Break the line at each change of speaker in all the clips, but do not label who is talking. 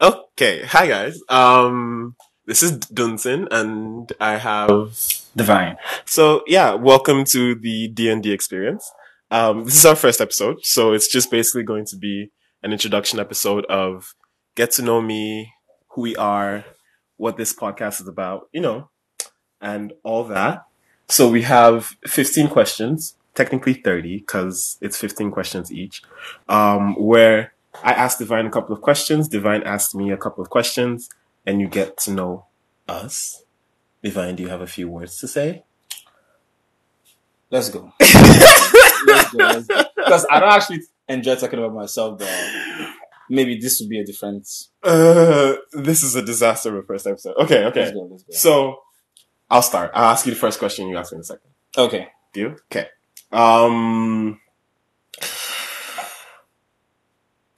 Okay, hi guys. Um, this is Dunson, and I have
Divine.
so yeah. Welcome to the D and D experience. Um, this is our first episode, so it's just basically going to be an introduction episode of get to know me, who we are, what this podcast is about, you know, and all that. So we have fifteen questions, technically thirty, because it's fifteen questions each. Um, where I asked Divine a couple of questions. Divine asked me a couple of questions, and you get to know us. Divine, do you have a few words to say?
Let's go. Let's go. Because I don't actually enjoy talking about myself, but maybe this would be a different.
Uh, this is a disaster of a first episode. Okay,
Let's
okay.
go. Let's go.
So I'll start. I'll ask you the first question. You ask me the second.
okay.
Do you? Okay. Um,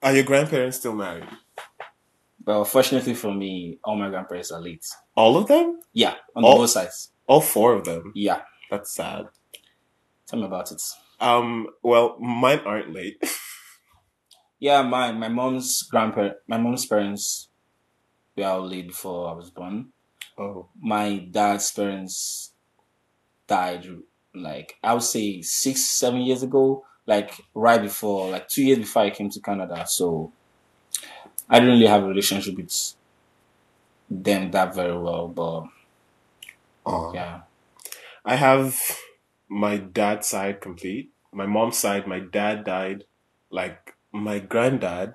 are your grandparents still married?
Well, fortunately for me, all my grandparents are late.
All of them?
Yeah, on
All-
both sides.
All four of them.
Yeah.
That's sad.
Tell me about it.
Um, well, mine aren't late.
Yeah, my my mom's grandparent, my mom's parents, were all late before I was born.
Oh.
my dad's parents died like I would say six, seven years ago, like right before like two years before I came to Canada. So I didn't really have a relationship with them that very well, but
Oh.
yeah.
I have my dad's side complete. My mom's side, my dad died like my granddad,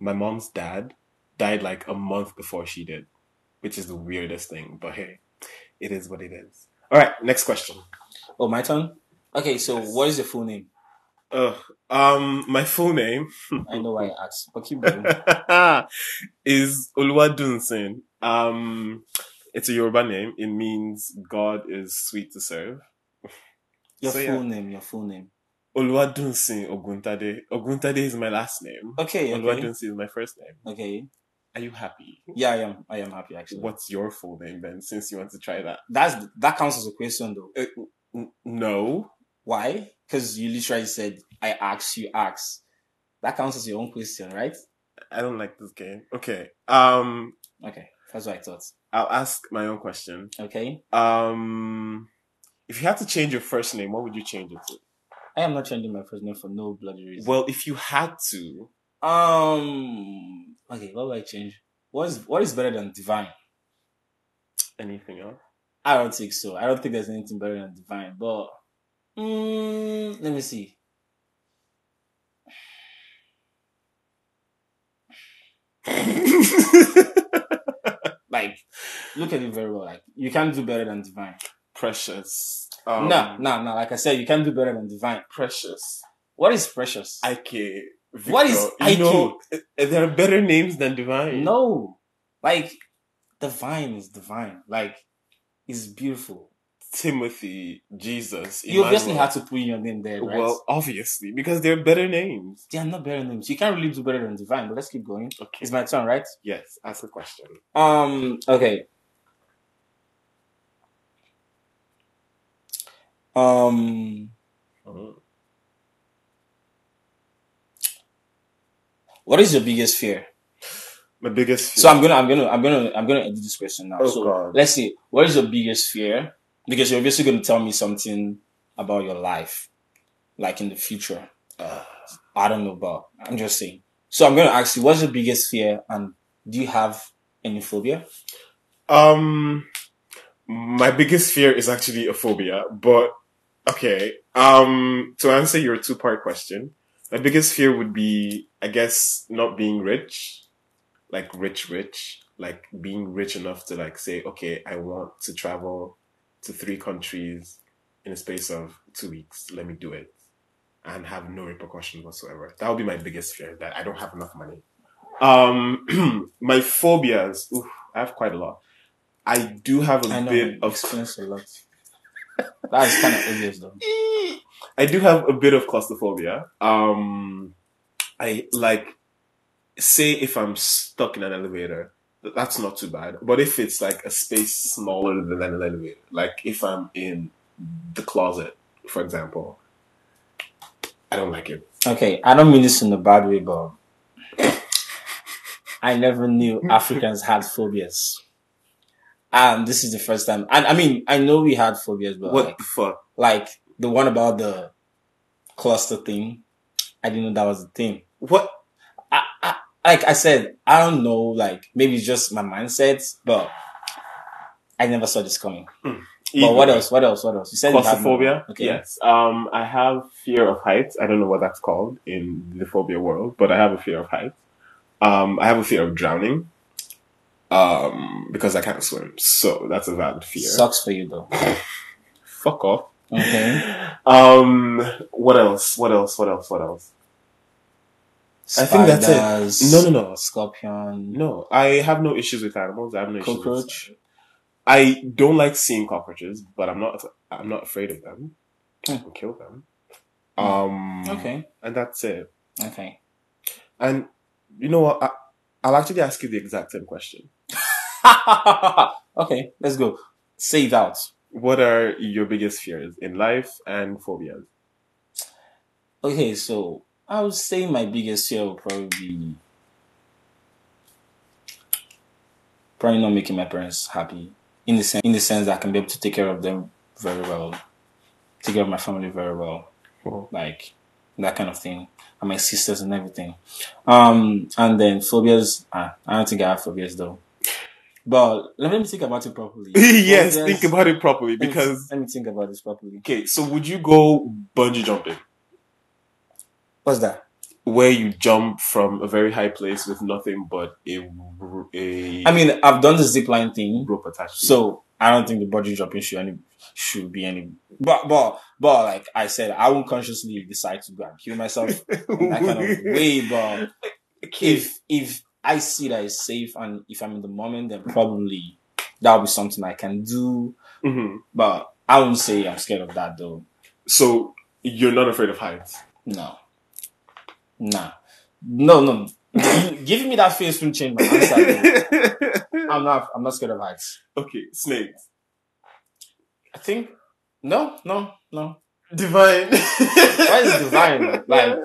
my mom's dad died like a month before she did, which is the weirdest thing, but hey, it is what it is. All right, next question.
Oh my turn? Okay, so what is your full name?
Ugh. um my full name
I know why I asked. But keep going.
is Oluwadunsin. Um it's a Yoruba name. It means God is sweet to serve.
Your
So, yeah.
full name, your full name.
Oluwadunsin Oguntade. Oguntade is my last name.
Okay, okay.
Oluwadunsin is my first name.
Okay.
Are you happy?
Yeah, I am. I am happy actually.
What's your full name then, since you want to try that?
That's that counts as a question though.
N- no.
Why? Because you literally said, I asked, you asked. That counts as your own question, right?
I don't like this game. Okay. Um
Okay, that's what I thought.
I'll ask my own question.
Okay,
Um if you had to change your first name, what would you change it to?
I am not changing my first name for no bloody reason.
Well, if you had to,
um, okay, what will I change? What is what is better than divine?
anything else?
I don't think so. I don't think there's anything better than divine. But mm, let me see. Like, look at it very well. Like, you can't do better than divine.
precious. Um,
no, no, no. Like I said, you can't do better than divine.
Precious.
What is precious?
IK.
What is
Victor. You
IK?
know, eh, there are better names than Divine.
No, like divine is divine. Like it's beautiful.
Timothy, Jesus.
You obviously
Emmanuel.
had to put in your name there, right?
Well, obviously, because they're better names.
they are not better names. You can't really do better than divine. But let's keep going.
Okay.
It's my turn, right?
Yes, ask a question.
Um. Okay. Um. What is your biggest fear?
My biggest
So I'm gonna, I'm gonna, I'm gonna, I'm gonna edit this question now.
Oh,
so
God.
let's see. What is your biggest fear? Because you're obviously gonna tell me something about your life, like in the future.
uh,
I don't know about. I'm just saying. So I'm gonna ask you, what's your biggest fear, and do you have any phobia?
um, my biggest fear is actually a phobia, but okay. Um, to answer your two part question, my biggest fear would be, I guess, not being rich, like rich, rich, like being rich enough to like say, okay, I want to travel to three countries in a space of two weeks. Let me do it. and have no repercussions whatsoever. That would be my biggest fear that I don't have enough money. Um, my phobias. Oof, I have quite a lot. I do have a
I know.
bit
I
of.
experience a lot. That's kind of obvious, though.
I do have a bit of claustrophobia. Um, I like say if I'm stuck in an elevator, th- that's not too bad. But if it's like a space smaller than an elevator, like if I'm in the closet, for example, I don't like it.
Okay, I don't mean this in a bad way, but I never knew Africans had phobias. And this is the first time. And I mean, I know we had phobias, but
What
like,
the fuck?
like the one about the cluster thing, I didn't know that was a thing.
What?
I, I like I said, I don't know, like maybe it's just my mindset, but I never saw this coming. But what
Either.
else? What else? What else? You said you have more.
Claustrophobia.
Okay.
Yes. Um, I have fear of heights. I don't know what that's called in the phobia world, but I have a fear of heights. Um, I have a fear of drowning. Um, because I can't swim, so that's a valid fear.
Sucks for you though.
Fuck off.
Okay.
Um, what else? What else? What else? What else? I think that's it.
Spiders,
No, no, no.
Scorpion,
No, I have no issues with animals. I have no issues with-
cockroach.
I don't like seeing cockroaches, but I'm not. I'm not afraid of them. I can kill them. Um,
Hmm. Okay.
and that's it.
Okay.
And you know what? I, I'll actually ask you the exact same question.
okay. Let's go. Say it out.
What are your biggest fears in life and phobias?
Okay, so I would say my biggest fear would probably be probably not making my parents happy in the sense in the sense that I can be able to take care of them very well, take care of my family very well,
Oh.
like that kind of thing, and my sisters and everything. Um, and then phobias. ah, I don't think I have phobias though. But let me think about it properly.
yes,
Phobias-
think about it properly
let me-
because.
let me think about this properly.
Okay, so would you go bungee jumping,
What's that?
where you jump from a very high place with nothing but a r- a
I mean, I've done the zip line thing.
rope attached? to you?
So I don't think the bungee jumping should any should be any. But but but like I said, I won't consciously decide to go and kill myself in that kind of way. But
Okay.
if if I see that it's safe and if I'm in the moment, then probably that'll be something I can do.
Mhm.
But I won't say I'm scared of that though.
So you're not afraid of heights.
No, nah, no, no. You- Giving me that face will change my answer. though. I'm not. I'm not scared of heights.
okay, snakes.
I think no, no, no.
Divine. Why
is divine? Like-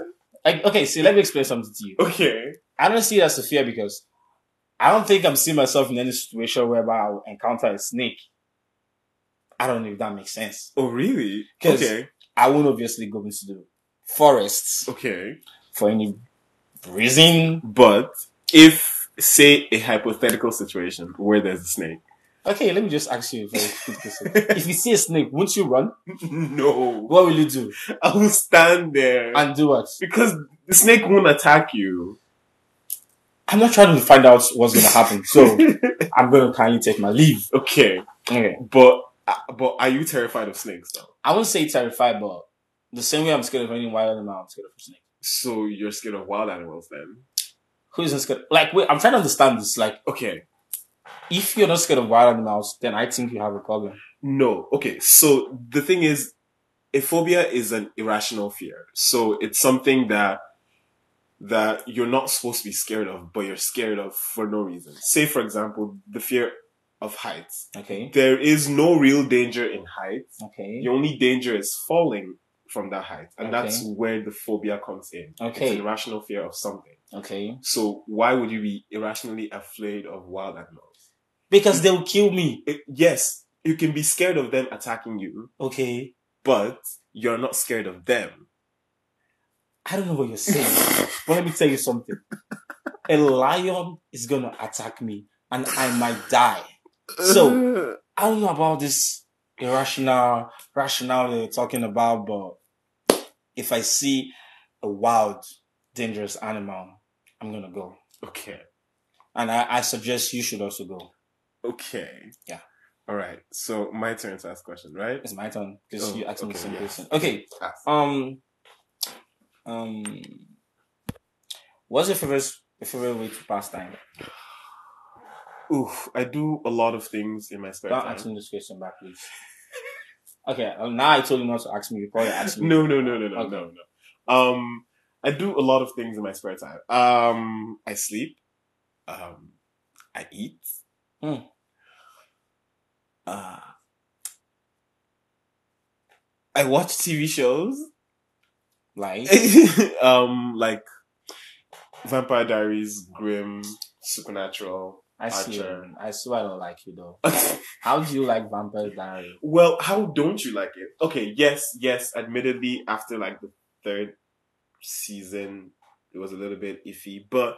Like, okay, see, let me explain something to you.
okay.
I don't see it as a fear because I don't think I'm seeing myself in any situation whereby I'll encounter a snake. I don't know if that makes sense.
Oh, really?
'Cause-
Okay.
I won't obviously go into the forests
Okay.
for any reason.
But if, say, a hypothetical situation where there's a snake.
Okay, let me just ask you a very quick question. if you see a snake, won't you run?
No.
What will you do?
I will stand there.
And do what?
because the snake won't attack you.
I'm not trying to find out what's going to happen. So I'm going to kindly take my leave.
okay.
Okay.
But uh, but are you terrified of snakes though?
I wouldn't say terrified, but the same way I'm scared of any wild animal, I'm scared of a snake.
So you're scared of wild animals then?
Who isn't scared? Like, wait, I'm trying to understand this. Like,
Okay.
if you're not scared of wild animals, then I think you have a problem.
No. Okay. So the thing is, a phobia is an irrational fear. So it's something that that you're not supposed to be scared of, but you're scared of for no reason. Say, for example, the fear of heights.
Okay.
there is no real danger in height.
Okay.
The only danger is falling from that height. And that's
Okay.
where the phobia comes in. It's an
Okay.
irrational fear of something.
Okay.
So why would you be irrationally afraid of wild animals?
Because they'll kill me.
It- yes, you can be scared of them attacking you,
Okay.
but you're not scared of them.
I don't know what you're saying, but let me tell you something. A lion is gonna attack me, and I might die. So- I don't know about this irrational, rational they're talking about, but if I see a wild, dangerous animal, I'm gonna go.
okay.
And I, I suggest you should also go.
Okay.
Yeah.
All right. So my turn to ask question, right?
It's my turn because
Oh,
you asked me the
okay,
same
yeah.
question. Okay.
Ask.
Um. Um. What's your favorite favorite way to pass time?
Oof, I do a lot of things in my spare
Don't
time.
ask me this question back, please. okay. um, now I told you not to ask me. You probably asked me.
no, no, no, no, no,
Okay.
no, no. Um, I do a lot of things in my spare time. Um, I sleep. Um, I eat.
Hmm.
Uh, I watch TV shows.
Like
um, like Vampire Diaries, Grimm, Supernatural.
I see.
Archer.
I swear I don't like you though. How do you like Vampire Diary?
well, how don't you like it? Okay, yes, yes. Admittedly, after like the third season, it was a little bit iffy, but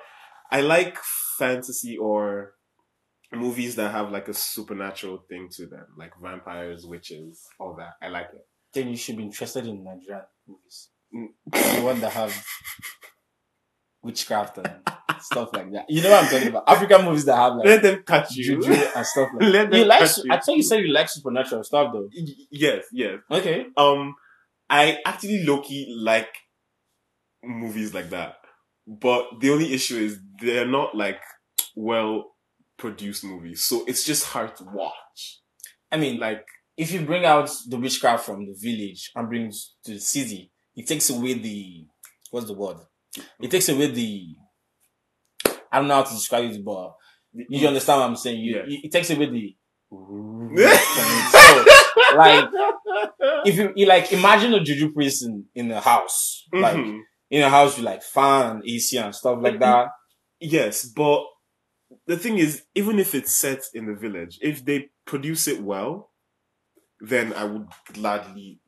I like fantasy or movies that have like a supernatural thing to them, like vampires, witches, all that. I like it.
Then you should be interested in Nigerian movies. the one that have witchcraft and stuff like that. You know what I'm talking about? African movies that have like
Let them catch you.
juju and stuff like
Let
that.
them
You like?
catch
I thought you said you like supernatural stuff though.
Y- Yes, yes.
Okay.
Um, I actually low key like movies like that, but the only issue is they're not like well produced movies, so it's just hard to watch.
I mean, like,
Like,
if you bring out the witchcraft from the village and bring it to the city, it takes away the what's the word? It takes away the I don't know how to describe it, but you understand what I'm saying. You,
Mm. Yeah.
you- it takes away the so, like if you, you like imagine a juju priest in, in a house, like
Mhm.
in a house with like fan and AC and stuff like that.
yes, but the thing is, even if it's set in the village, if they produce it well, then I would gladly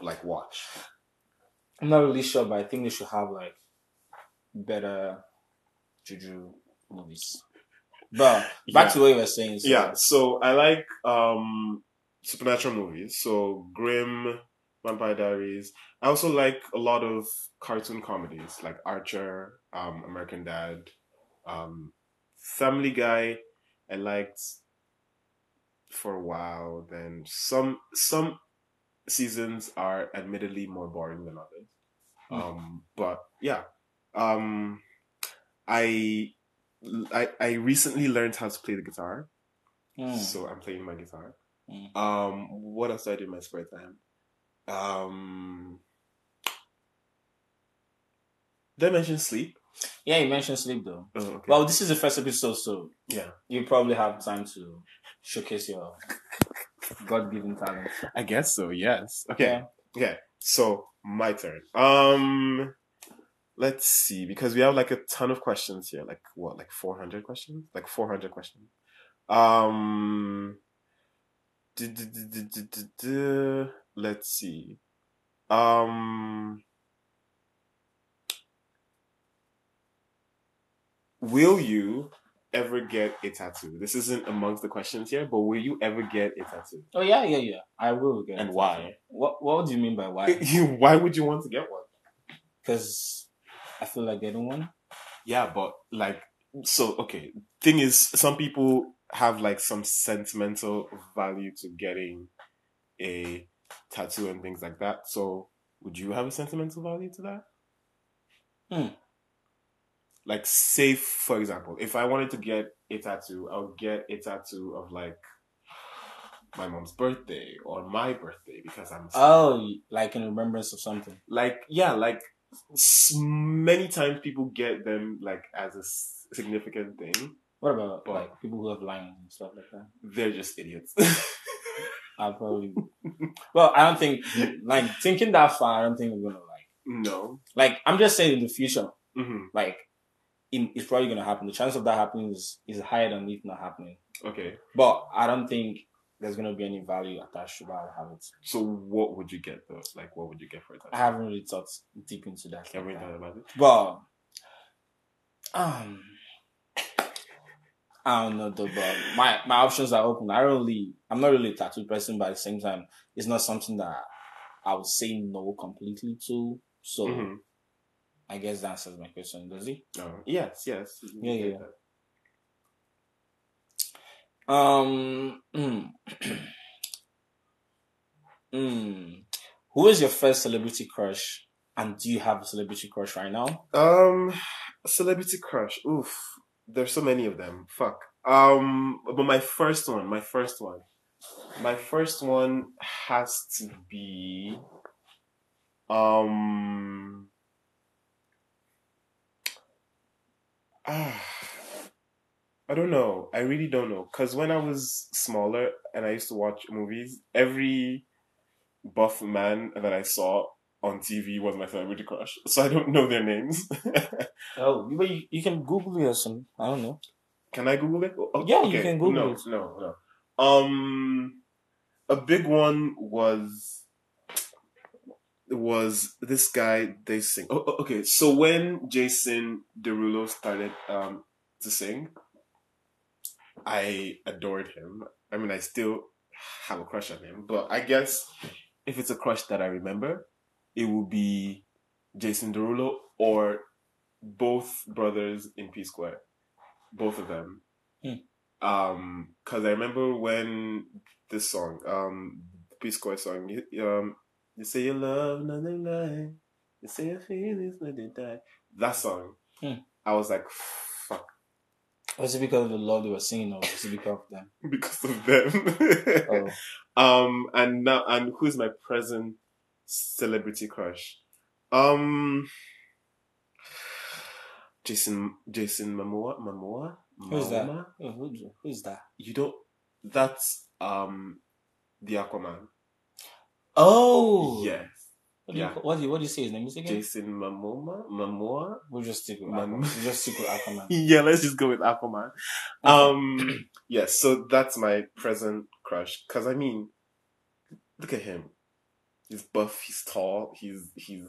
like watch.
I'm not really sure, but I think they should have like better juju movies. But back
Yeah.
to what you were saying. so-
yeah so i like um supernatural movies so grim vampire diaries i also like a lot of cartoon comedies like archer um american dad um family guy i liked for a while then some some seasons are admittedly more boring than others um but yeah um i i i recently learned how to play the guitar
Hmm.
so I'm playing my guitar.
Mm.
Um, what else do I do in my spare time? Um, did I mention sleep?
Yeah, you mentioned sleep though.
Oh, okay.
Well, this is the first episode, so
Yeah.
you probably have time to showcase your God-given talent.
I guess so. Yes. Okay. Okay. So my turn. Um, let's see because we have like a ton of questions here. Like what? Like 400 questions? Like 400 questions. Um. duh, duh, duh, duh, duh, duh, duh. Let's see. Um. Will you ever get a tattoo? This isn't amongst the questions here, but will you ever get a tattoo?
Oh yeah, yeah, yeah. I will get.
And
it.
why?
What What do you mean by why?
You- Why would you want to get one?
Because I feel like getting one.
Yeah, but like, so okay. Thing is, some people have like some sentimental value to getting a tattoo and things like that. So, would you have a sentimental value to that?
Hmm.
Like, say for example, if I wanted to get a tattoo, I would get a tattoo of like my mom's birthday or my birthday because I'm
Oh, like in remembrance of something.
like yeah like s- many times people get them like as a s- significant thing
What about
But-
like people who have lions and stuff like that?
they're just idiots
I probably. well, I don't think like thinking that far. I don't think we're gonna like.
no
Like I'm just saying in the future.
hmm
like in, it's probably gonna happen. The chance of that happening is, is higher than it not happening.
okay
But I don't think there's gonna be any value attached to that. I haven't.
so what would you get though like what would you get for that
I haven't really thought deep into that.
can we talk about it
But um, I don't know though. But my my options are open. I don't really. I'm not really a tattoo person, but at the same time, it's not something that I would say no completely to. So
Mhm.
I guess that answers my question. Does it?
Oh, yes yes you
Yeah,
get
yeah.
that.
Um. Mm, mm. Who is your first celebrity crush? And do you have a celebrity crush right now?
um celebrity crush oof there's so many of them fuck um but my first one my first one my first one has to be um ah, i don't know i really don't know because when i was smaller and i used to watch movies every buff man that i saw on TV was my celebrity crush, so I don't know their names.
Oh, you- but you, you can Google it or something. I don't know.
Can I Google it? Oh,
Yeah, you can Google
no,
it.
No, no. Um, a big one was was this guy they sing. Oh, oh, okay. So when Jason Derulo started um to sing, I adored him. I mean, I still have a crush on him, but I guess if it's a crush that I remember, it will be Jason Derulo or both brothers in P Square, both of them.
Hmm.
Um, 'cause because I remember when this song, um, Peace Corps song, you, um, you say you love nothing like, you say your feelings nothing die. That song,
Hmm.
I was like, fuck,
Was it because of the love they were singing, or was it because of them?
because of them.
Oh,
um, and now, and who's my present celebrity crush? Um, Jason, Jason Momoa, Momoa,
Who's that?
Momoa?
Oh. who- who- who's that?
You don't. That's um, the Aquaman.
Oh,
Yes.
What do, you,
yeah.
ca- what, do you, what do you say his name is again?
Jason Momoa. Momoa.
We'll just stick with
Man.
Aquaman. We'll just stick with Aquaman.
Yeah, let's just go with Aquaman. Um, yes. So that's my present crush. Cause I mean, look at him. He's buff. He's tall. He's he's.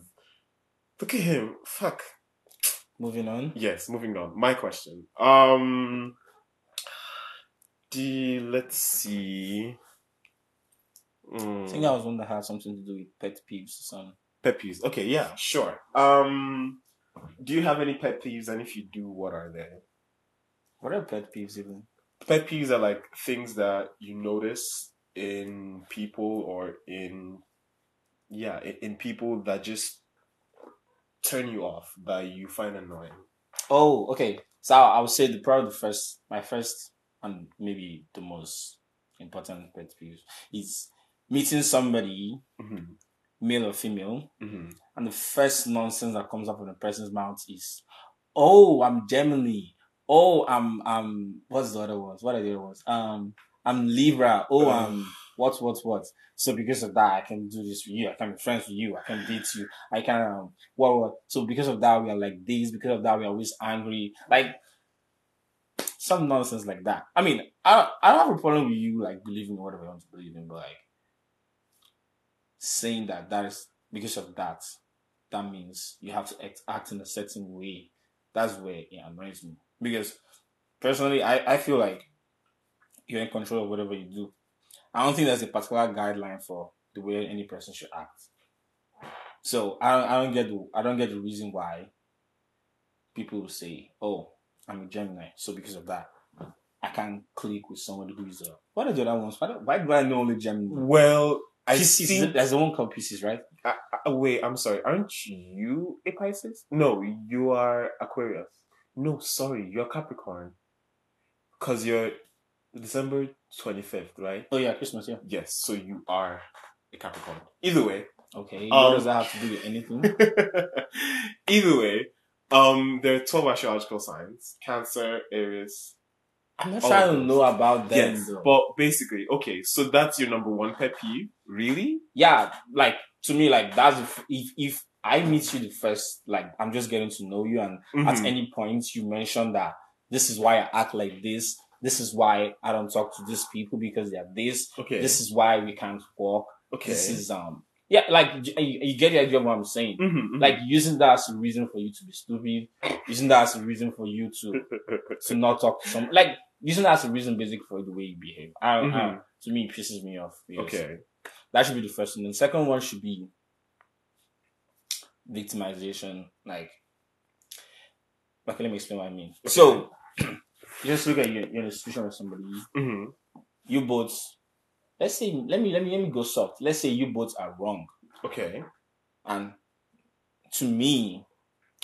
Look at him. Fuck.
Moving on.
Yes. Moving on. My question. Um. The let's see.
I
Mm.
think that was one that had something to do with pet peeves or something.
Pet peeves. Okay, yeah, sure. Um, do you have any pet peeves? And if you do, what are they?
What are pet peeves even?
Pet peeves are like things that you notice in people or in, yeah, in, in people that just turn you off that you find annoying.
Oh, okay. So I would say the probably the first, my first, and maybe the most important pet peeves is meeting somebody,
Mm-hmm.
male or female,
Mm-hmm.
and the first nonsense that comes up from the person's mouth is, "Oh, I'm Gemini. Oh, I'm I'm what's the other ones? What are the other ones? Um, I'm Libra. Oh, I'm what what what." So because of that, I can do this with you. I can be friends with you. I can date you. I can um, what what. So because of that, we are like this. Because of that, we are always angry. Like. Some nonsense like that. I mean, I I don't have a problem with you like believing whatever you want to believe in, but like saying that that is because of that, that means you have to act, act in a certain way. That's where it annoys me. Because personally, I, I feel like you're in control of whatever you do. I don't think there's a particular guideline for the way any person should act. So I don't, I don't get the I don't get the reason why people will say, "Oh, I'm a Gemini," so because of that, I can't click with somebody who is a. What are the other ones? Why, do- why do I know only
Mm.
Gemini?
Well, I
Pisces.
think.
There's the one called Pisces, right?
Uh, wait, I'm sorry. Aren't you a Pisces? No, you are Aquarius. No, sorry, you're Capricorn. Cause you're December twenty fifth, right?
Oh yeah, Christmas. Yeah.
Yes, so you are a Capricorn. Either way,
Okay.
Um,
what does that have to do with anything?
either way, um, there are twelve astrological signs: Cancer, Aries.
I'm not
all
sure I
of those.
don't know about them.
yes,
though.
but basically, okay. So that's your number one pet peeve, really?
yeah, like to me, like that's if if, if I meet you the first, like I'm just getting to know you, and at
Mhm.
any point you mention that this is why I act like this. This is why I don't talk to these people because they are this.
okay.
This is why we can't walk.
okay.
This is um yeah, like you, you get the idea of what I'm saying.
Mhm, mhm.
Like using that as a reason for you to be stupid, using that as a reason for you to to not talk to some like using that as a reason basically for the way you behave. I, I-
Mhm.
to me, it pisses me off. because
okay.
that should be the first one. And the second one should be victimization. Like, okay, let me explain what I mean.
Okay.
So, you just look at your, your situation with somebody.
hmm
You both, let's say, let me let me let me go soft. Let's say you both are wrong,
Okay.
and to me,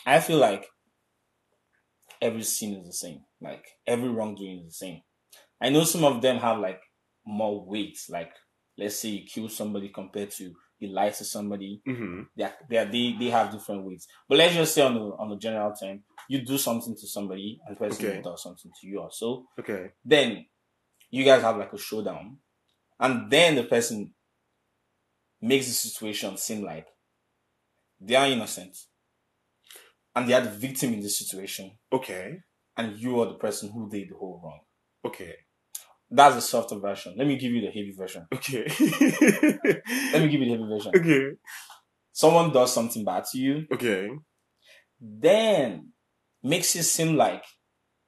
I feel like every sin is the same. Like every wrongdoing is the same. I know some of them have like more weight. Like let's say you kill somebody compared to you lie to somebody.
Mm-hmm.
They are, they, are, they they have different weights. But let's just say on the on the general term, you do something to somebody and the person
Okay.
does something to you also.
Okay.
Then you guys have like a showdown, and then the person makes the situation seem like They are innocent. And they are the victim in this situation.
Okay.
And you are the person who did the whole wrong.
Okay.
That's the softer version. Let me give you the heavy version.
Okay.
Let me give you the heavy version.
okay.
Someone does something bad to you,
Okay.
then makes it seem like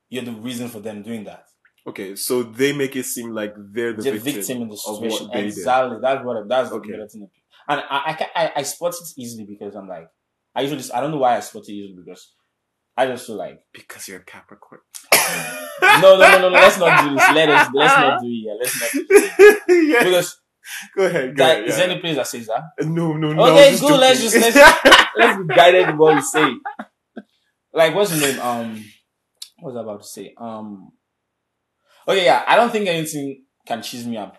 you're the reason for them doing that.
Okay. So they make it seem like they're the,
the
victim.
victim, in the
what
situation.
they did.
Exactly. That's what. That's the
Okay.
better thing. And I, I, can, I, I spot it easily because I'm like, I usually, I don't know why I spot it easily because I just feel like,
Because you're a Capricorn.
no, no, no, no, no let's not do this. Let us, let's not do it. Yeah, let's not.
yeah.
Because
Go ahead. Go
that,
ahead
is
yeah.
there any place that says that?
No, no, no.
Okay,
I'm just
good. Let's
joking.
just- let's- Let's be guided in what we say. Like, what's the name? Um, what was I about to say? Um, okay, yeah. I don't think anything can cheese me up.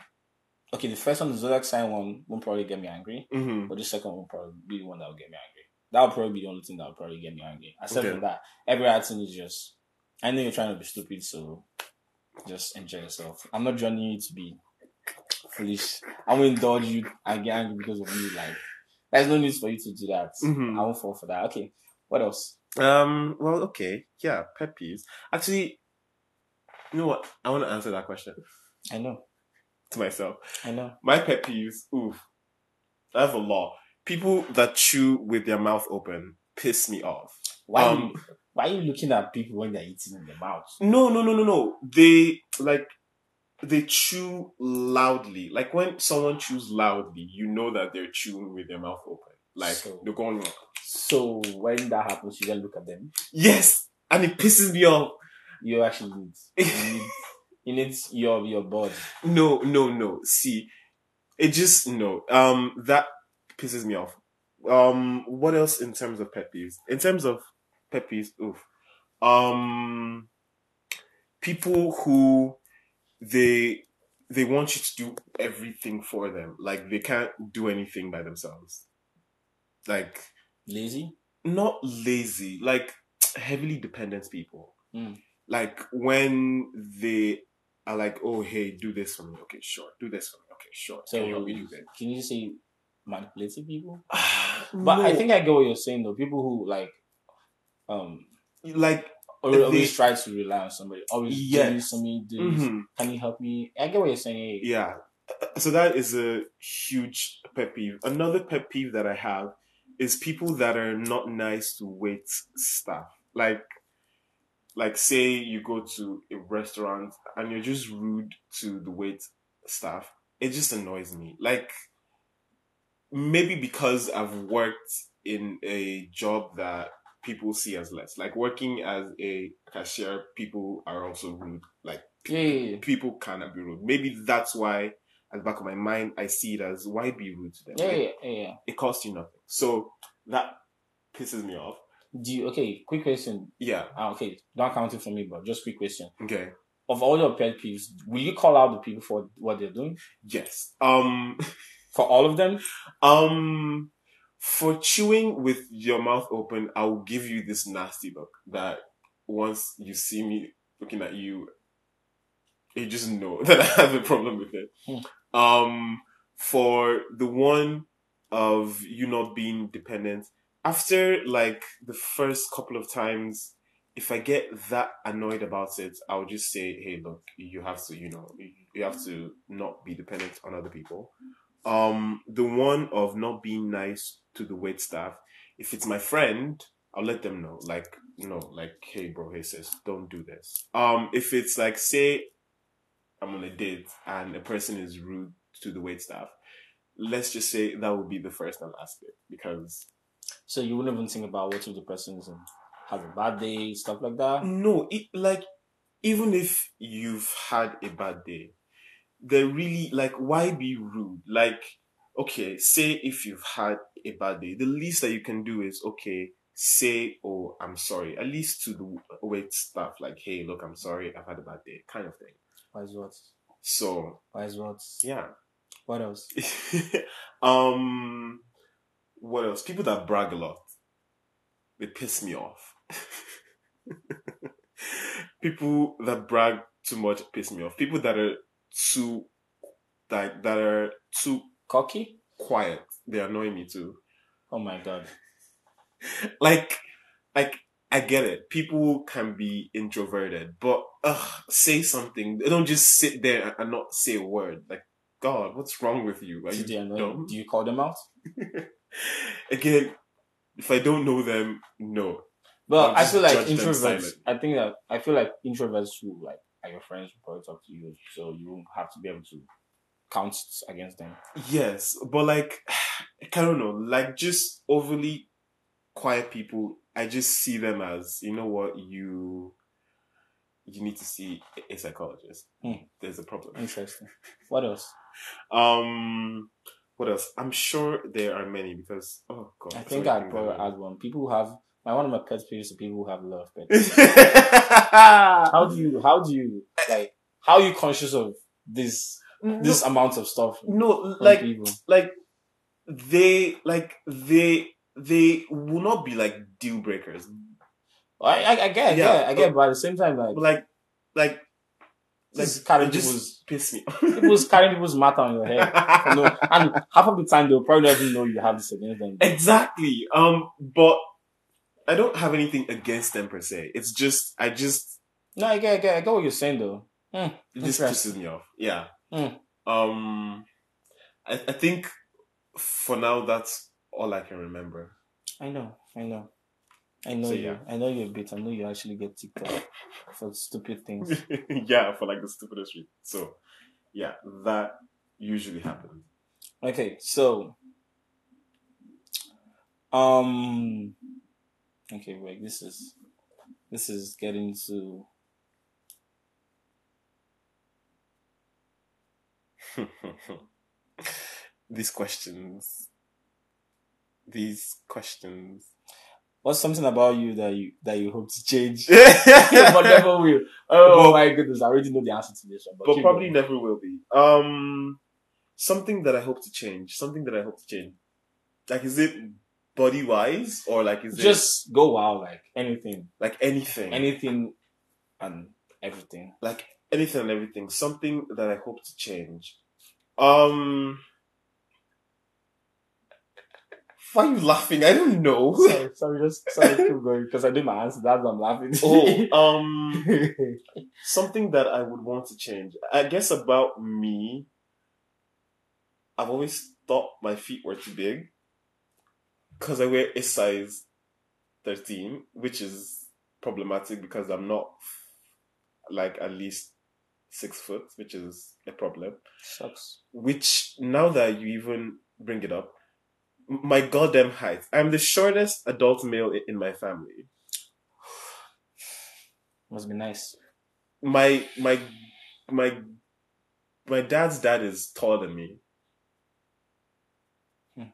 Okay, the first one, the zodiac sign one, won't probably get me angry.
Mhm.
But the second one will probably be the one that will get me angry. That will probably be the only thing that will probably get me angry. Aside
Okay.
from that, every other thing is just, I know you're trying to be stupid, so just enjoy yourself. I'm not joining you to be foolish. I'm going to indulge you and get angry because of me. Like, there's no need for you to do that.
Mhm.
I won't fall for that. Okay, what else?
Um. Well. Okay. Yeah. Pet peeves. Actually, you know what? I want to answer that question
I know,
to myself.
I know.
My pet peeves. Oof. That's a lot. People that chew with their mouth open piss me off.
Why,
Um,
are you, why are you looking at people when they're eating in their mouth?
No, no, no, no, no. They like they chew loudly. Like when someone chews loudly, you know that they're chewing with their mouth open. Like
So-
they're going.
So when that happens, you don't look at them.
Yes, and it pisses me off.
You actually need, you need, you need your your body.
No, no, no. See, it just no. Um, that pisses me off. Um, what else in terms of pet peeves? In terms of pet peeves, oof. Um, people who they they want you to do everything for them. Like they can't do anything by themselves. Like
Lazy.
not lazy, like heavily dependent people.
Mm.
Like when they are like, oh hey, do this for me. Okay, sure. Do this for me. Okay, sure.
So
Can you help me do this?
can you say manipulative people? But I think I get what you're saying though. People who like um
like
al-
They-
always try to rely on somebody. Always
Yes.
do this for me, do this.
mhm,
Can you help me? I get what you're saying.
yeah. So that is a huge pet peeve. Another pet peeve that I have is people that are not nice to wait staff. Like like say you go to a restaurant and you're just rude to the wait staff it just annoys me like maybe because i've worked in a job that people see as less like working as a cashier people are also rude like
Yeah, yeah, yeah.
people cannot be rude maybe that's why at the back of my mind i see it as why be rude to them
Yeah,
Like,
yeah, yeah, yeah.
it costs you nothing so that pisses me off
Do you, okay, quick question.
yeah
Ah, okay, don't count it for me, but just quick question.
okay
Of all your pet peeves, will you call out the people for what they're doing?
yes um
For all of them?
Um, for chewing with your mouth open, I will give you this nasty look that once you see me looking at you, you just know that I have a problem with it. Um, for the one of you not being dependent, after like the first couple of times, if I get that annoyed about it, I'll just say, hey, look, you have to, you know, you have to not be dependent on other people um the one of not being nice to the wait staff if it's my friend i'll let them know like you know like hey bro hey sis don't do this um if it's like say i'm on a date and a person is rude to the wait staff let's just say that would be the first and last bit because
So you wouldn't even think about what if the person is in- has a bad day, stuff like that.
no it like even if you've had a bad day they're really like why be rude like okay say if you've had a bad day the least that you can do is okay say oh i'm sorry at least to the wait staff like hey look i'm sorry i've had a bad day kind of thing
Why is what?
so
Why is what?
yeah
What else?
um what else people that brag a lot they piss me off people that brag too much piss me off people that are too that, that are too
Cocky?
quiet they annoy me too
Oh my god.
like, like I get it. People can be introverted, but ugh, say something. Don't just sit there and- and not say a word. Like, God, what's wrong with you? Are
Do they
you
annoy-
dumb?
do you call them out?
Again, if I don't know them, no.
Well,
Or
I
just
feel like
judge them
introverts.
silent.
I think that I feel like introverts who like are your friends will probably talk to you, so you won't have to be able to count against them.
Yes, but like, I don't know. Like, just overly quiet people. I just see them as you know what you. You need to see a psychologist.
Hmm.
There's a problem.
Interesting. What else?
Um, what else? I'm sure there are many because oh god,
I think
sorry,
I'd probably add one. People who have my one of my pet peeves is people who have a lot of pets.
that-
How do you? How do you like? How are you conscious of this this amount of stuff? from
no, like
people?
like they like they they will not be like deal breakers,
I I, I get,
Yeah,
I get, I get, but at the same time, like,
but like like
just carrying
it just
people's
piss me. off.
people's carrying people's matter on your head. no, and half of the time they'll probably not even know you have this against them.
Exactly. Um, but I don't have anything against them per se. It's just I just
No, I get, I get, I get what you're saying though.
it just
Interesting.
pisses me off. Yeah.
Mm.
Um, I, I think for now that's all I can remember.
I know, I know, I know
So,
you.
yeah.
I know you're a bit. I know you actually get TikTok for stupid things.
yeah, for like the stupidest reason. So, yeah, that usually happens.
Okay, so, um, okay, wait. This is this is getting to
these questions, these questions.
what's something about you that you that you hope to change. but
but
never will.
But-
Oh my goodness! I already know the answer to this one, but, keep
probably
going.
never will be. Um, something that I hope to change. Something that I hope to change. Like, is it body wise or like is it
just go wild, like anything,
like anything?
anything, and everything.
like anything and everything, something that I hope to change. Um, why are you laughing? I don't know.
sorry, sorry, just sorry, keep going because I did my answer. That's why I'm laughing.
oh, um, something that I would want to change. I guess about me, I've always thought my feet were too big because I wear a size 13, which is problematic because I'm not like at least six foot, which is a problem.
sucks.
which now that you even bring it up, m- my goddamn height. I'm the shortest adult male i- in my family.
Must be nice.
My my my my dad's dad is taller than me.
Hmm.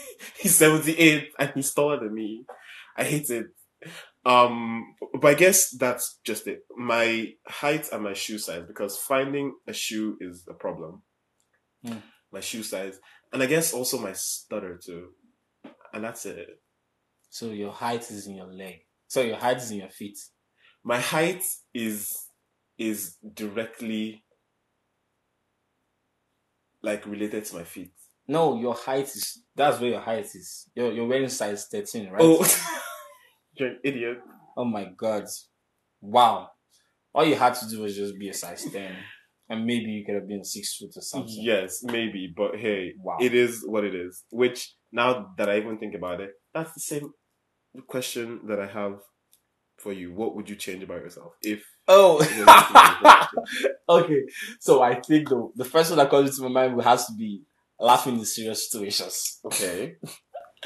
he's 78 and he's taller than me. I hate it. Um but I guess that's just it. My height and my shoe size because finding a shoe is a problem.
Hmm.
My shoe size and I guess also my stutter too. And that's it.
So your height is in your leg. So your height is in your feet.
My height is is directly like related to my feet.
No, your height is. That's where your height is. You're, you're wearing size thirteen, right?
Oh, you're an idiot.
Oh my god! Wow. All you had to do was just be a size ten, and maybe you could have been six foot or something.
Yes, maybe, but hey,
Wow.
it is what it is. Which now that I even think about it, that's the same question that I have for you. What would you change about yourself if?
Oh. okay. So I think the the first one that comes into my mind has to be laughing in serious situations.
okay,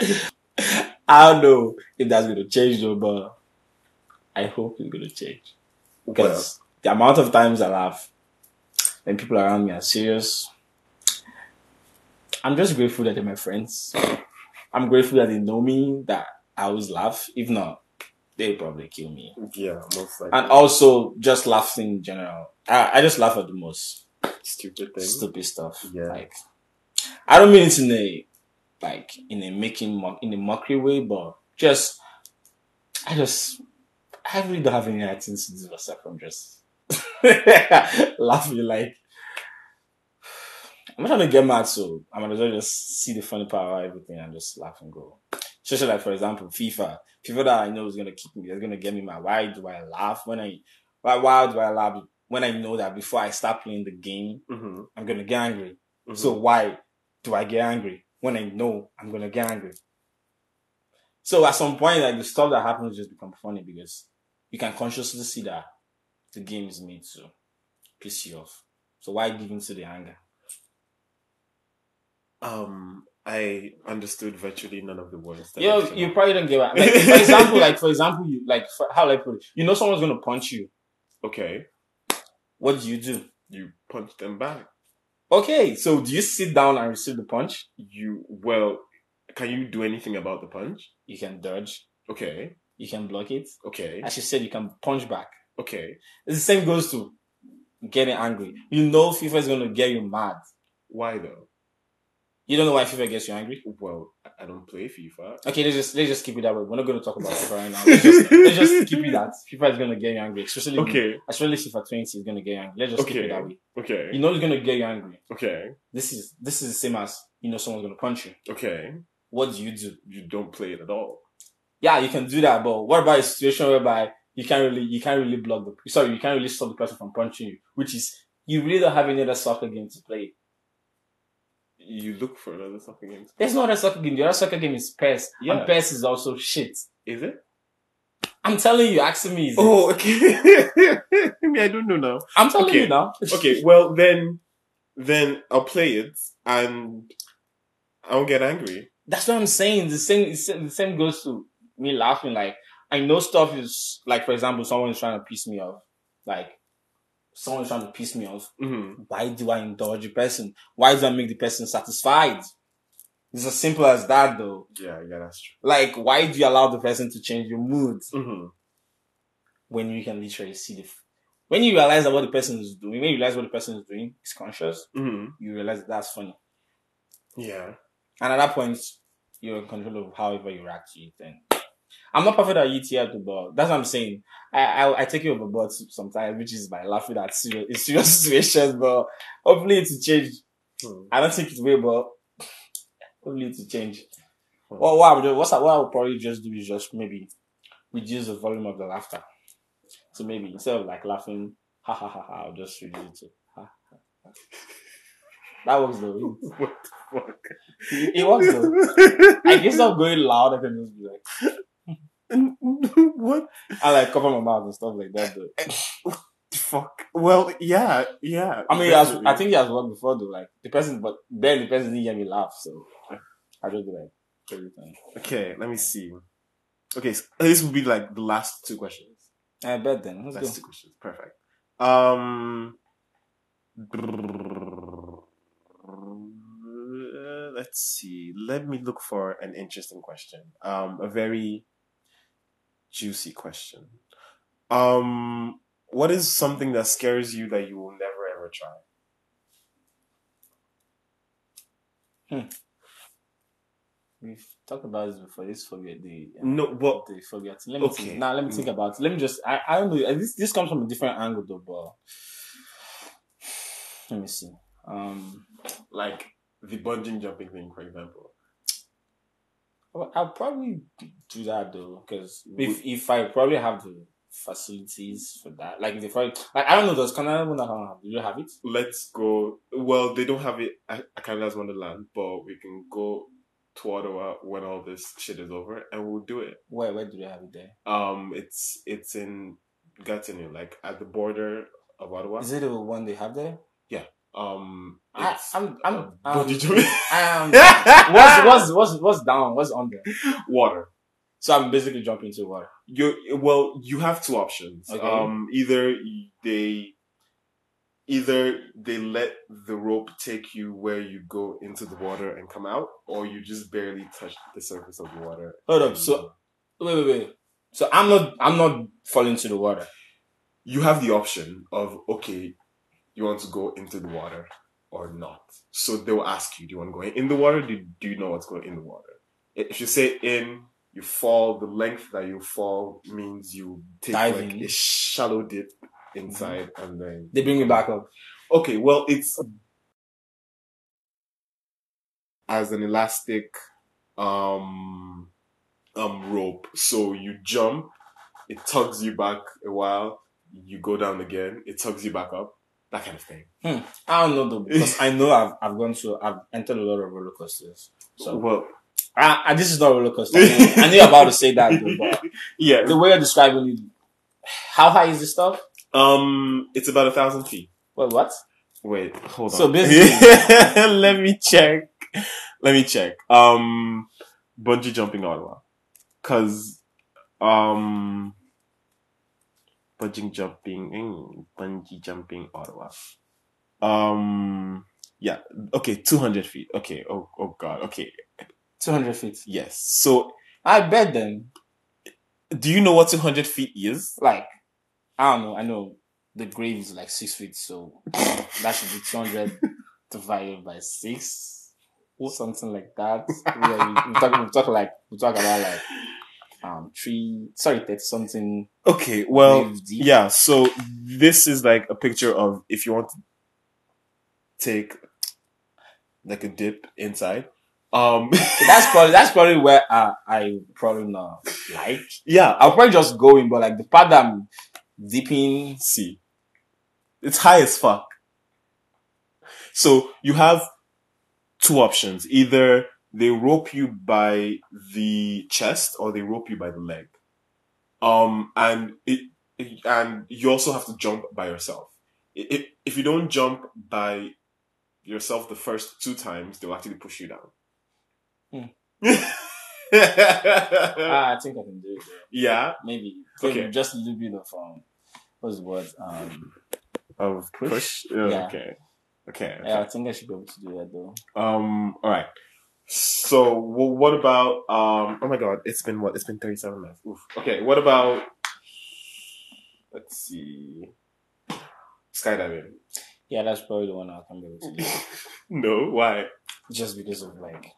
I don't know if that's gonna change though, but I hope it's gonna change
well,
because the amount of times I laugh and people around me are serious. I'm just grateful that they're my friends. I'm grateful that they know me. That I always laugh. If not, they probably kill me.
yeah, most likely
And also just laughing in general. I, I just laugh at the most.
stupid thing.
stupid stuff.
Yeah.
Like I don't mean it in a like in a making mock in a mockery way, but just I just I really don't have any items to do myself. I'm just laughing like I'm not trying to get mad, so I might as well just see the funny part of everything and just laugh and go. Especially like for example, FIFA. People that I know is gonna kick me, is gonna get me mad. Why do I laugh when I why why do I laugh when I know that before I start playing the game,
Mm-hmm.
I'm gonna get angry. So why do I get angry when I know I'm gonna get angry? So at some point, like the stuff that happens just become funny because you can consciously see that the game is made to piss you off. So why give in to the anger?
um, I understood virtually none of the words. that
Yo,
I said.
you probably don't get what. Like, for example, like for example, you like for, how like put it. You know someone's gonna punch you.
okay?
What do you do?
You punched them back.
Okay, so do you sit down and receive the punch?
You well, can you do anything about the punch?
You can dodge.
Okay,
You can block it.
okay,
As you said, you can punch back.
okay.
The same goes to getting angry. You know FIFA is going to get you mad.
Why though?
You don't know why FIFA gets you angry.
Well, I- I don't play FIFA.
Okay, let's just let's just keep it that way. We're not going to talk about FIFA right now. Let's just, let's just keep it that FIFA is going to get you angry, especially
Okay,
especially FIFA 20 is going to get you angry. Let's just keep
Okay.
it that way. You
okay,
know it's going to get you angry.
okay,
This is this is the same as you know someone's going to punch you.
okay.
What do you do?
You don't play it at all.
Yeah, you can do that, but what about a situation whereby you can't really you can't really block the sorry you can't really stop the person from punching you, which is you really don't have any other soccer game to play.
You look for another soccer game.
There's no other soccer game. The other soccer game is PES.
Yeah.
And PES is also shit.
Is it?
I'm telling you, asking me. Is it?
Oh, okay. I mean, I don't know now.
I'm telling
okay.
you now.
Okay, well then, then I'll play it and I won't get angry.
That's what I'm saying. The same, it's- the same goes to me laughing. Like, I know stuff is, like, for example, someone is trying to piss me off. Like, someone's trying to piss me off.
hmm
Why do I indulge the person? Why do I make the person satisfied? It's as simple as that, though.
Yeah, yeah, that's true.
Like, why do you allow the person to change your mood?
Mm-hmm.
when you can literally see the f- when you realize that what the person is doing, when you realize what the person is doing is conscious,
Mm-hmm.
you realize that that's funny.
Yeah.
And at that point, you're in control of however you react to it. And I'm not perfect at it yet, but that's what I'm saying. I I, I take it overboard sometimes, which is by laughing at serious, in serious situations. But hopefully, it will change.
Hmm.
I don't think it will, but hopefully, it will change. Well, what I would do, what's, what I would probably just do is just maybe reduce the volume of the laughter. So maybe instead of like laughing, ha ha ha ha, I'll just reduce it to ha ha. ha. That works though.
What the fuck?
It, it works though. I guess I'm going loud. I can just be like,
what
I like cover my mouth and stuff like that though.
the fuck? Well, yeah, yeah.
I mean, it has,
definitely.
I think it has worked before though. Like the person, but then the person didn't hear me laugh, so I just be like everything.
Okay, let me see. Okay, so this will be like the last two questions.
I bet then. Let's
last
go.
two questions. Perfect. Um. Let's see. Let me look for an interesting question. Um, a very juicy question. Um, what is something that scares you that you will never ever try?
We've talked about this before. This phobia, the um,
No, well,
the phobia. thing. Let me
Mm. Okay.
think. Now let me think about. It. Let me just. I, I don't know. This this comes from a different angle though, but let me see. Um,
like the bungee jumping thing, for example.
I'll I'll probably do that though, because if if I probably have the facilities for that, like if I like I don't know, does Canada even have? Do you have it?
Let's go. Well, they don't have it at at Canada's Wonderland, but we can go to Ottawa when all this shit is over, and we'll do it.
Where where do they have it there?
Um, it's it's in Gatineau, like at the border of Ottawa.
Is it the one they have there?
Um,
I,
it's
I'm
a
I'm um,
bungee jumping.
um, what's what's what's what's down? What's on there?
water.
So I'm basically jumping into water.
You well, you have two options.
Okay.
Um, either they, either they let the rope take you where you go into the water and come out, or you just barely touch the surface of the water.
Hold up, so- Wait, wait, wait. So I'm not I'm not falling to the water.
you have the option of okay, you want to go into the water or not. So they will ask you, do you want to go in the water? Do, do you know what's going in the water? If you say in, you fall. The length that you fall means you take like
Diving.
a shallow dip inside, and then
They bring me back up.
Okay, well, it's as an elastic um um rope. So you jump, it tugs you back a while, you go down again, it tugs you back up, that kind of thing.
I don't know though because I know I've I've gone to I've entered a lot of roller coasters. So
well,
I, I, this is not a roller coaster. I knew, I knew you were about to say that though, but
yeah.
the way you're describing it, how high is this stuff?
Um, it's about a thousand feet.
Wait, what?
Wait, hold on.
So basically-
let me check. Let me check. Um, bungee jumping Ottawa, cause um, bungee jumping, mm, bungee jumping Ottawa. Um, yeah. Okay, two hundred feet. Okay. Oh, oh God. Okay.
Two hundred feet.
Yes. So,
I bet then,
do you know what two hundred feet is?
like, I don't know. I know the grave is like six feet, so that should be two hundred divided by six, or something like that. Yeah, we, we talk, we talk like we talk about like um three, sorry, thirty something.
Okay. Well,
grave deep.
Yeah, so this is like a picture of if you want to take like a dip inside. Um
So that's probably that's probably where I I probably not like.
yeah,
I'll probably just go in, but like the part that I'm dipping,
let's see. It's high as fuck. So you have two options. Either they rope you by the chest or they rope you by the leg. Um and it and you also have to jump by yourself. I- i- If you don't jump by yourself the first two times, they'll actually push you down.
Hmm. ah, I think I can do it. There.
yeah.
Maybe, maybe
Uh, Okay.
just a little bit of um, what's the word? Um,
Of
Push?
push. Oh,
Yeah.
Okay. Okay. okay.
yeah, I think I should be able to do that though.
Um. All right. So, wh- what about um? Oh my God! It's been what? It's been thirty-seven minutes. Oof. Okay. What about? Let's see. Skydiving.
Yeah, that's probably the one I can be able to do.
Mm-hmm. No. Why?
just because of like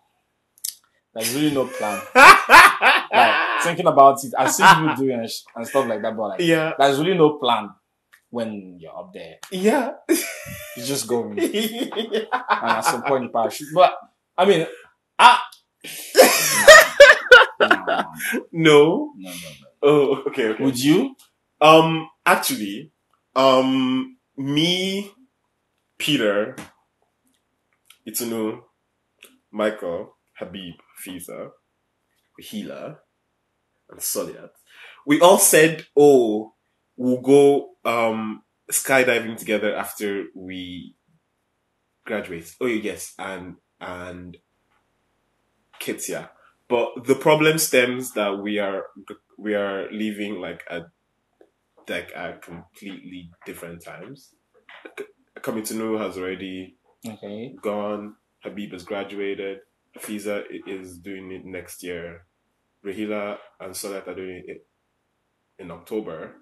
there's really no plan. Like
yeah.
thinking about it, I see people doing and, sh- and stuff like that, but like there's really no plan when you're up there.
Yeah.
You just go and at some point you parachute. But I mean, ah, no, no, no,
no.
no, no,
Oh. Okay.
no.
Okay.
Would you?
Um, actually, um, me, Peter, Itunu, Michael, Habib, Fiza, Hila, and Soliat, we all said, oh, we'll go, um, skydiving together after we graduate. Oh, yes, and, and Ketia. But the problem stems that we are, we are leaving like at like at completely different times. K- Coming to know has already
Okay.
gone. Habib has graduated. Fiza i- is doing it next year. Rahila and Solat are doing it in October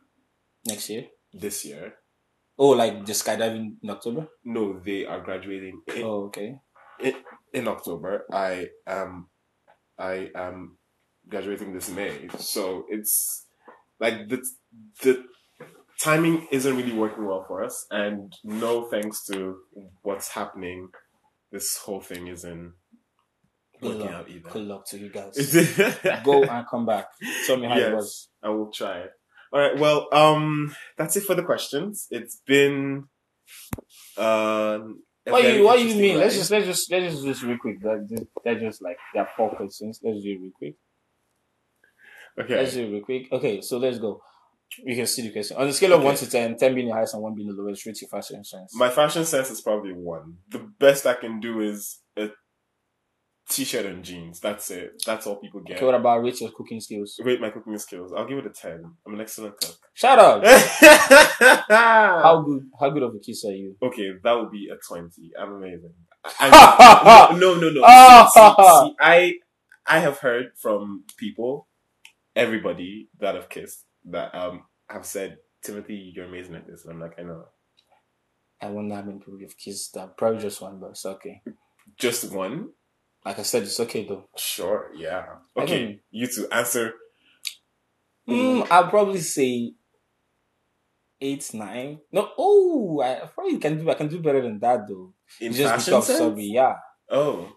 Next year.
this year.
Oh, like the skydiving in October?
No, they are graduating in,
Oh, okay.
in October. I am, I am graduating this May. So it's like the the timing isn't really working well for us, and no thanks to what's happening, this whole thing isn't
Good
working
luck.
out either.
Good luck to you guys.
Go.
Go and come back. Tell me how it
Yes.
was.
I will try. All right. Well, um, that's it for the questions. It's been. Um, a
What
very
you, what you
interesting
mean? Let's
ride.
just let's just let's just do this real quick. That that- that's just like there are four questions. Let's do it real quick. Let's
okay.
do it real quick. Okay, so let's go. You can see the question on a scale of
Okay.
one to 10, 10 being the highest and one being the lowest. Rate your fashion sense.
My fashion sense is probably one. The best I can do is a t-shirt and jeans. That's it. That's all people get.
Okay, what about rate your cooking skills?
Rate my cooking skills. I'll give it a ten. I'm an excellent cook.
Shout
Eh.
out.
How-
How good? How good of a kiss are you?
okay, that would be a twenty. I'm amazing. I- no, no, no. no.
Ah!
See, see, see, I I have heard from people, everybody that I've kissed that um have said, Timothy, you're amazing at this, and I'm like, I know,
I wonder how many people you've kissed. That probably just one, but it's okay.
just one.
Like I said, it's okay though.
Sure. Yeah.
I
Okay.
don't-
You two answer.
Mm, I'll probably say eight, nine. No, oh, I probably can do. I can do better than that though.
In
just
fashion
because,
sense?
sorry, yeah.
Oh.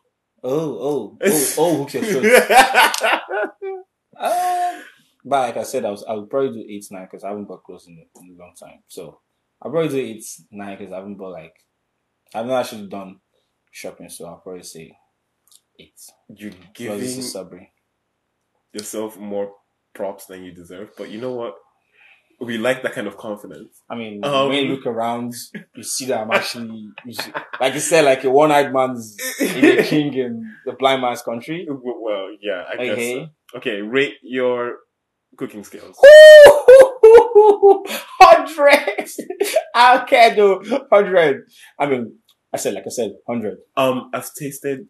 Oh, oh, oh, oh, hook your throat. Um, but like I said, I was I would probably do eight nine because I haven't bought clothes in, in a long time. So I'll probably do eight nine because I haven't bought like I've not actually done shopping. So I'll probably say eight.
You're
Because this
giving
is Sabri.
yourself more props than you deserve. But you know what? We like that kind of confidence.
I mean,
Um,
when you look around, you see that I'm actually, you see- like you said, like a one-eyed man's in the king in the blind man's country.
W- Well, yeah, I guess.
Okay.
So. Okay, rate your cooking skills.
Hundred. I can't do hundred. I mean, I said, like I said, hundred.
Um, I've tasted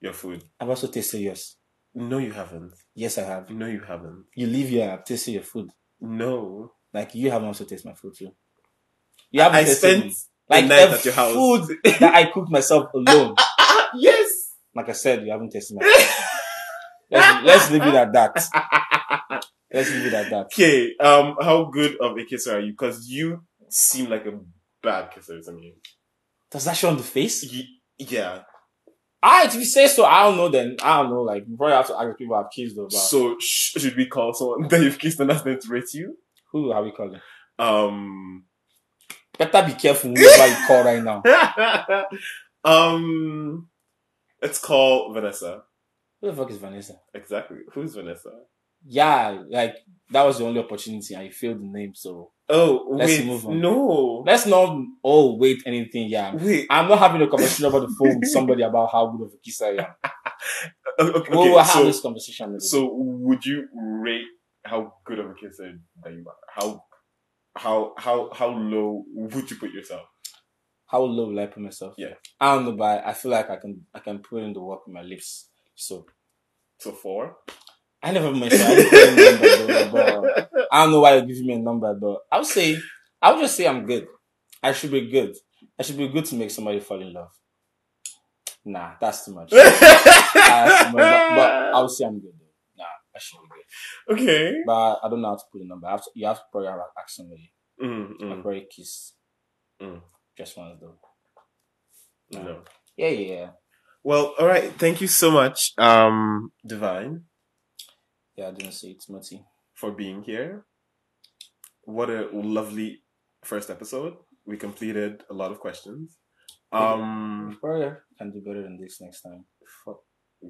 your food.
I've also tasted yours.
No, you haven't.
Yes, I have.
No, you haven't.
You live here. I've tasted your food.
No.
Like you haven't also tasted my food too. You haven't
I
tasted
spent
me. like
night
the
at your house.
food that I cooked myself alone.
Ah, yes.
Like I said, you haven't tasted my food. Let's, let's leave it at that. Let's leave it at that.
Okay. Um, how good of a kisser are you? Because you seem like a bad kisser to me.
Does that show on the face?
Y- yeah.
Ah, if you say so, I don't know then. I don't know. Like, you probably have to ask the people I've kissed over.
So sh- should we call someone that you've kissed and asked them to rate you?
Who are we calling?
Um.
Better be careful whoever you call right now.
um. Let's call Vanessa.
Who the fuck is Vanessa?
Exactly. Who's Vanessa?
Yeah, like, that was the only opportunity and you failed the name, so.
Oh
Let's
wait,
move on.
no.
Let's not, oh, wait, anything, yeah.
Wait.
I'm not having a conversation over the phone with somebody about how good of a kisser I am.
o- uh, Okay.
we will
okay,
have
so,
this conversation. Later.
so would you rate how good of a kisser that you are? How how how how low would you put yourself?
How low will I put myself?
Yeah.
I don't know, but I feel like I can I can put in the work with my lips. So
So four.
I never mentioned. I, didn't put in number, but, but I don't know why you give me a number, but I would say I would just say I'm good. I should be good. I should be good to make somebody fall in love. Nah, that's too much. That's
uh,
too much. But, but I would say I'm good. Though. Nah, I should be good.
okay.
But I don't know how to put a number. I have to, you have to probably have to ask somebody.
Mm,
I'll
mm,
probably kiss.
Mm.
Just once though.
no.
Yeah, yeah, yeah.
Well, all right. Thank you so much, um, Divine,
Yeah, I didn't say it's Timothy.
for being here. What a lovely first episode. We completed a lot of questions. Um,
Probably can do better than this next time.
fuck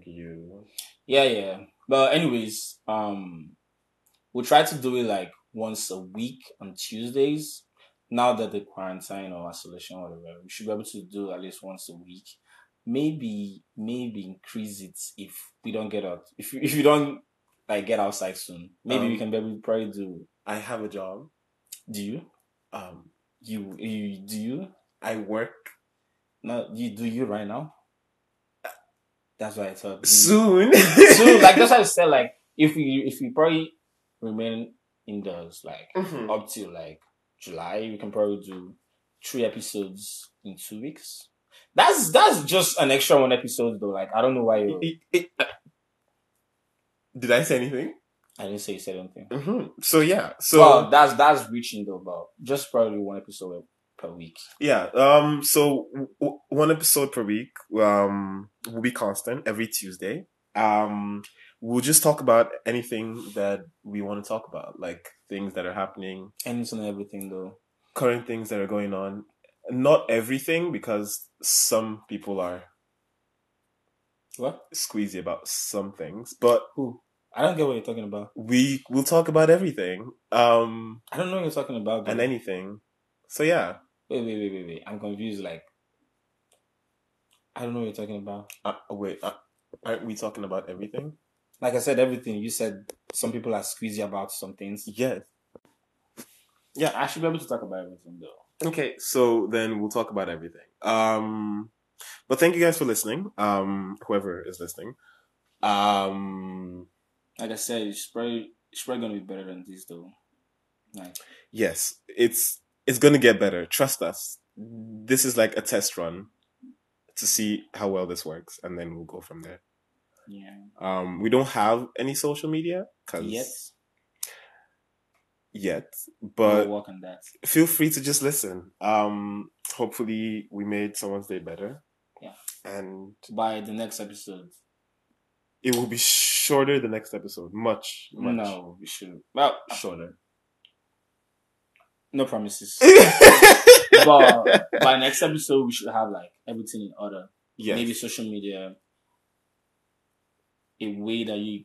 you.
Yeah, yeah. But anyways, um, we'll try to do it like once a week on Tuesdays. Now that the quarantine or isolation, or whatever, we should be able to do at least once a week. Maybe, maybe increase it if we don't get out. If you- if you don't like get outside soon, maybe
Um,
we can maybe probably do.
I have a job.
Do you?
Um,
You you do you?
I work
No, you do you right now. That's what I thought. Do you-
Mm-hmm. soon.
so like that's why I said like if we if we probably remain indoors like
Mhm.
up till like July, we can probably do three episodes in two weeks. That's that's just an extra one episode though. Like I don't know why you
It- it- uh, Did I say anything?
I didn't say you said anything.
hmm So yeah. So
So well, that's that's reaching though, but just probably one episode per week.
Yeah. Um. So w- w- one episode per week. Um. Will be constant every Tuesday. Um. We'll just talk about anything that we want to talk about, like things that are happening,
Anything and everything though.
current things that are going on. Not everything, because some people are
What?
squeezy about some things, but
Who? I don't get what you're talking about.
we will talk about everything. Um.
I don't know what you're talking about.
And
though.
anything. So yeah.
wait, wait, wait, wait, wait. I'm confused. Like, I don't know what you're talking about.
Uh, wait. Uh, aren't we talking about everything?
like I said, everything you said, some people are squeezy about some things.
Yes.
Yeah, I should be able to talk about everything though.
Okay, so then we'll talk about everything. Um, but thank you guys for listening. Um, whoever is listening. Um,
Like I said, it's probably it's probably gonna be better than this though. Like
yes, it's it's gonna get better. Trust us. This is like a test run to see how well this works, and then we'll go from there.
yeah,
Um, we don't have any social media 'cause-
yet
yet,
we'll
but
work on that.
feel free to just listen. Um, hopefully, we made someone's day better.
Yeah.
and
By the next episode,
it will be. Sh- shorter the next episode. Much, much.
No, we should. Well, shorter. No promises. but by next episode, we should have like everything in order.
yes.
Maybe social media, a way that you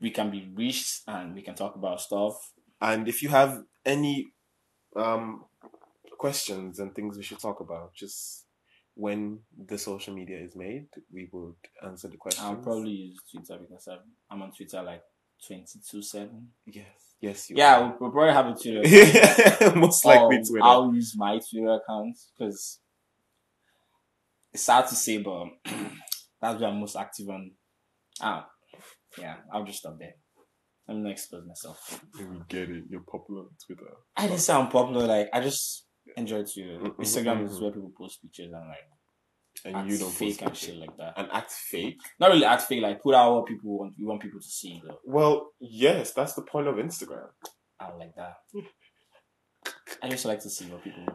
we can be reached and we can talk about stuff.
And if you have any um, questions and things we should talk about, just when the social media is made, we would answer the questions.
I'll probably use Twitter because I'm, I'm on Twitter like twenty two seven.
yes, yes, you
Yeah, we'll, we'll probably have a Twitter.
are. most likely
Um,
Twitter.
I'll use my Twitter account because it's sad to say, but that's where I'm most active on. Ah, yeah, I'll just stop there. I'm not expose myself.
You get it. You're popular on Twitter.
I didn't sound popular. Like I just enjoy Twitter.
Mhm,
Instagram is
mhm.
where people post pictures and like
And
act
you don't post
fake mm-hmm, and
pictures.
shit like that.
And act fake.
Not really act fake. Like put out what people want. You want people to see though.
Well, yes, that's the point of Instagram.
out like that. I just like to see what people.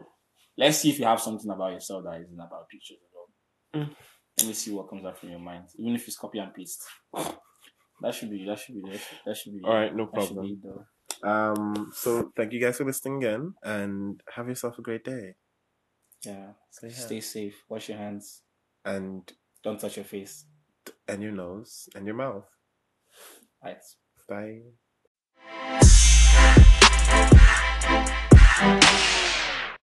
Let's see if you have something about yourself that isn't about pictures at all.
Mm.
Let me see what comes out from your mind, even if it's copy and paste. That should be. That should be. That should, that should be.
All right, no
That should
problem.
be it, though.
Um, so thank you guys for listening again, and have yourself a great day.
Yeah.
Stay safe.
Stay safe. Wash your hands.
and
Don't touch your face.
and your nose and your mouth.
Right.
Bye.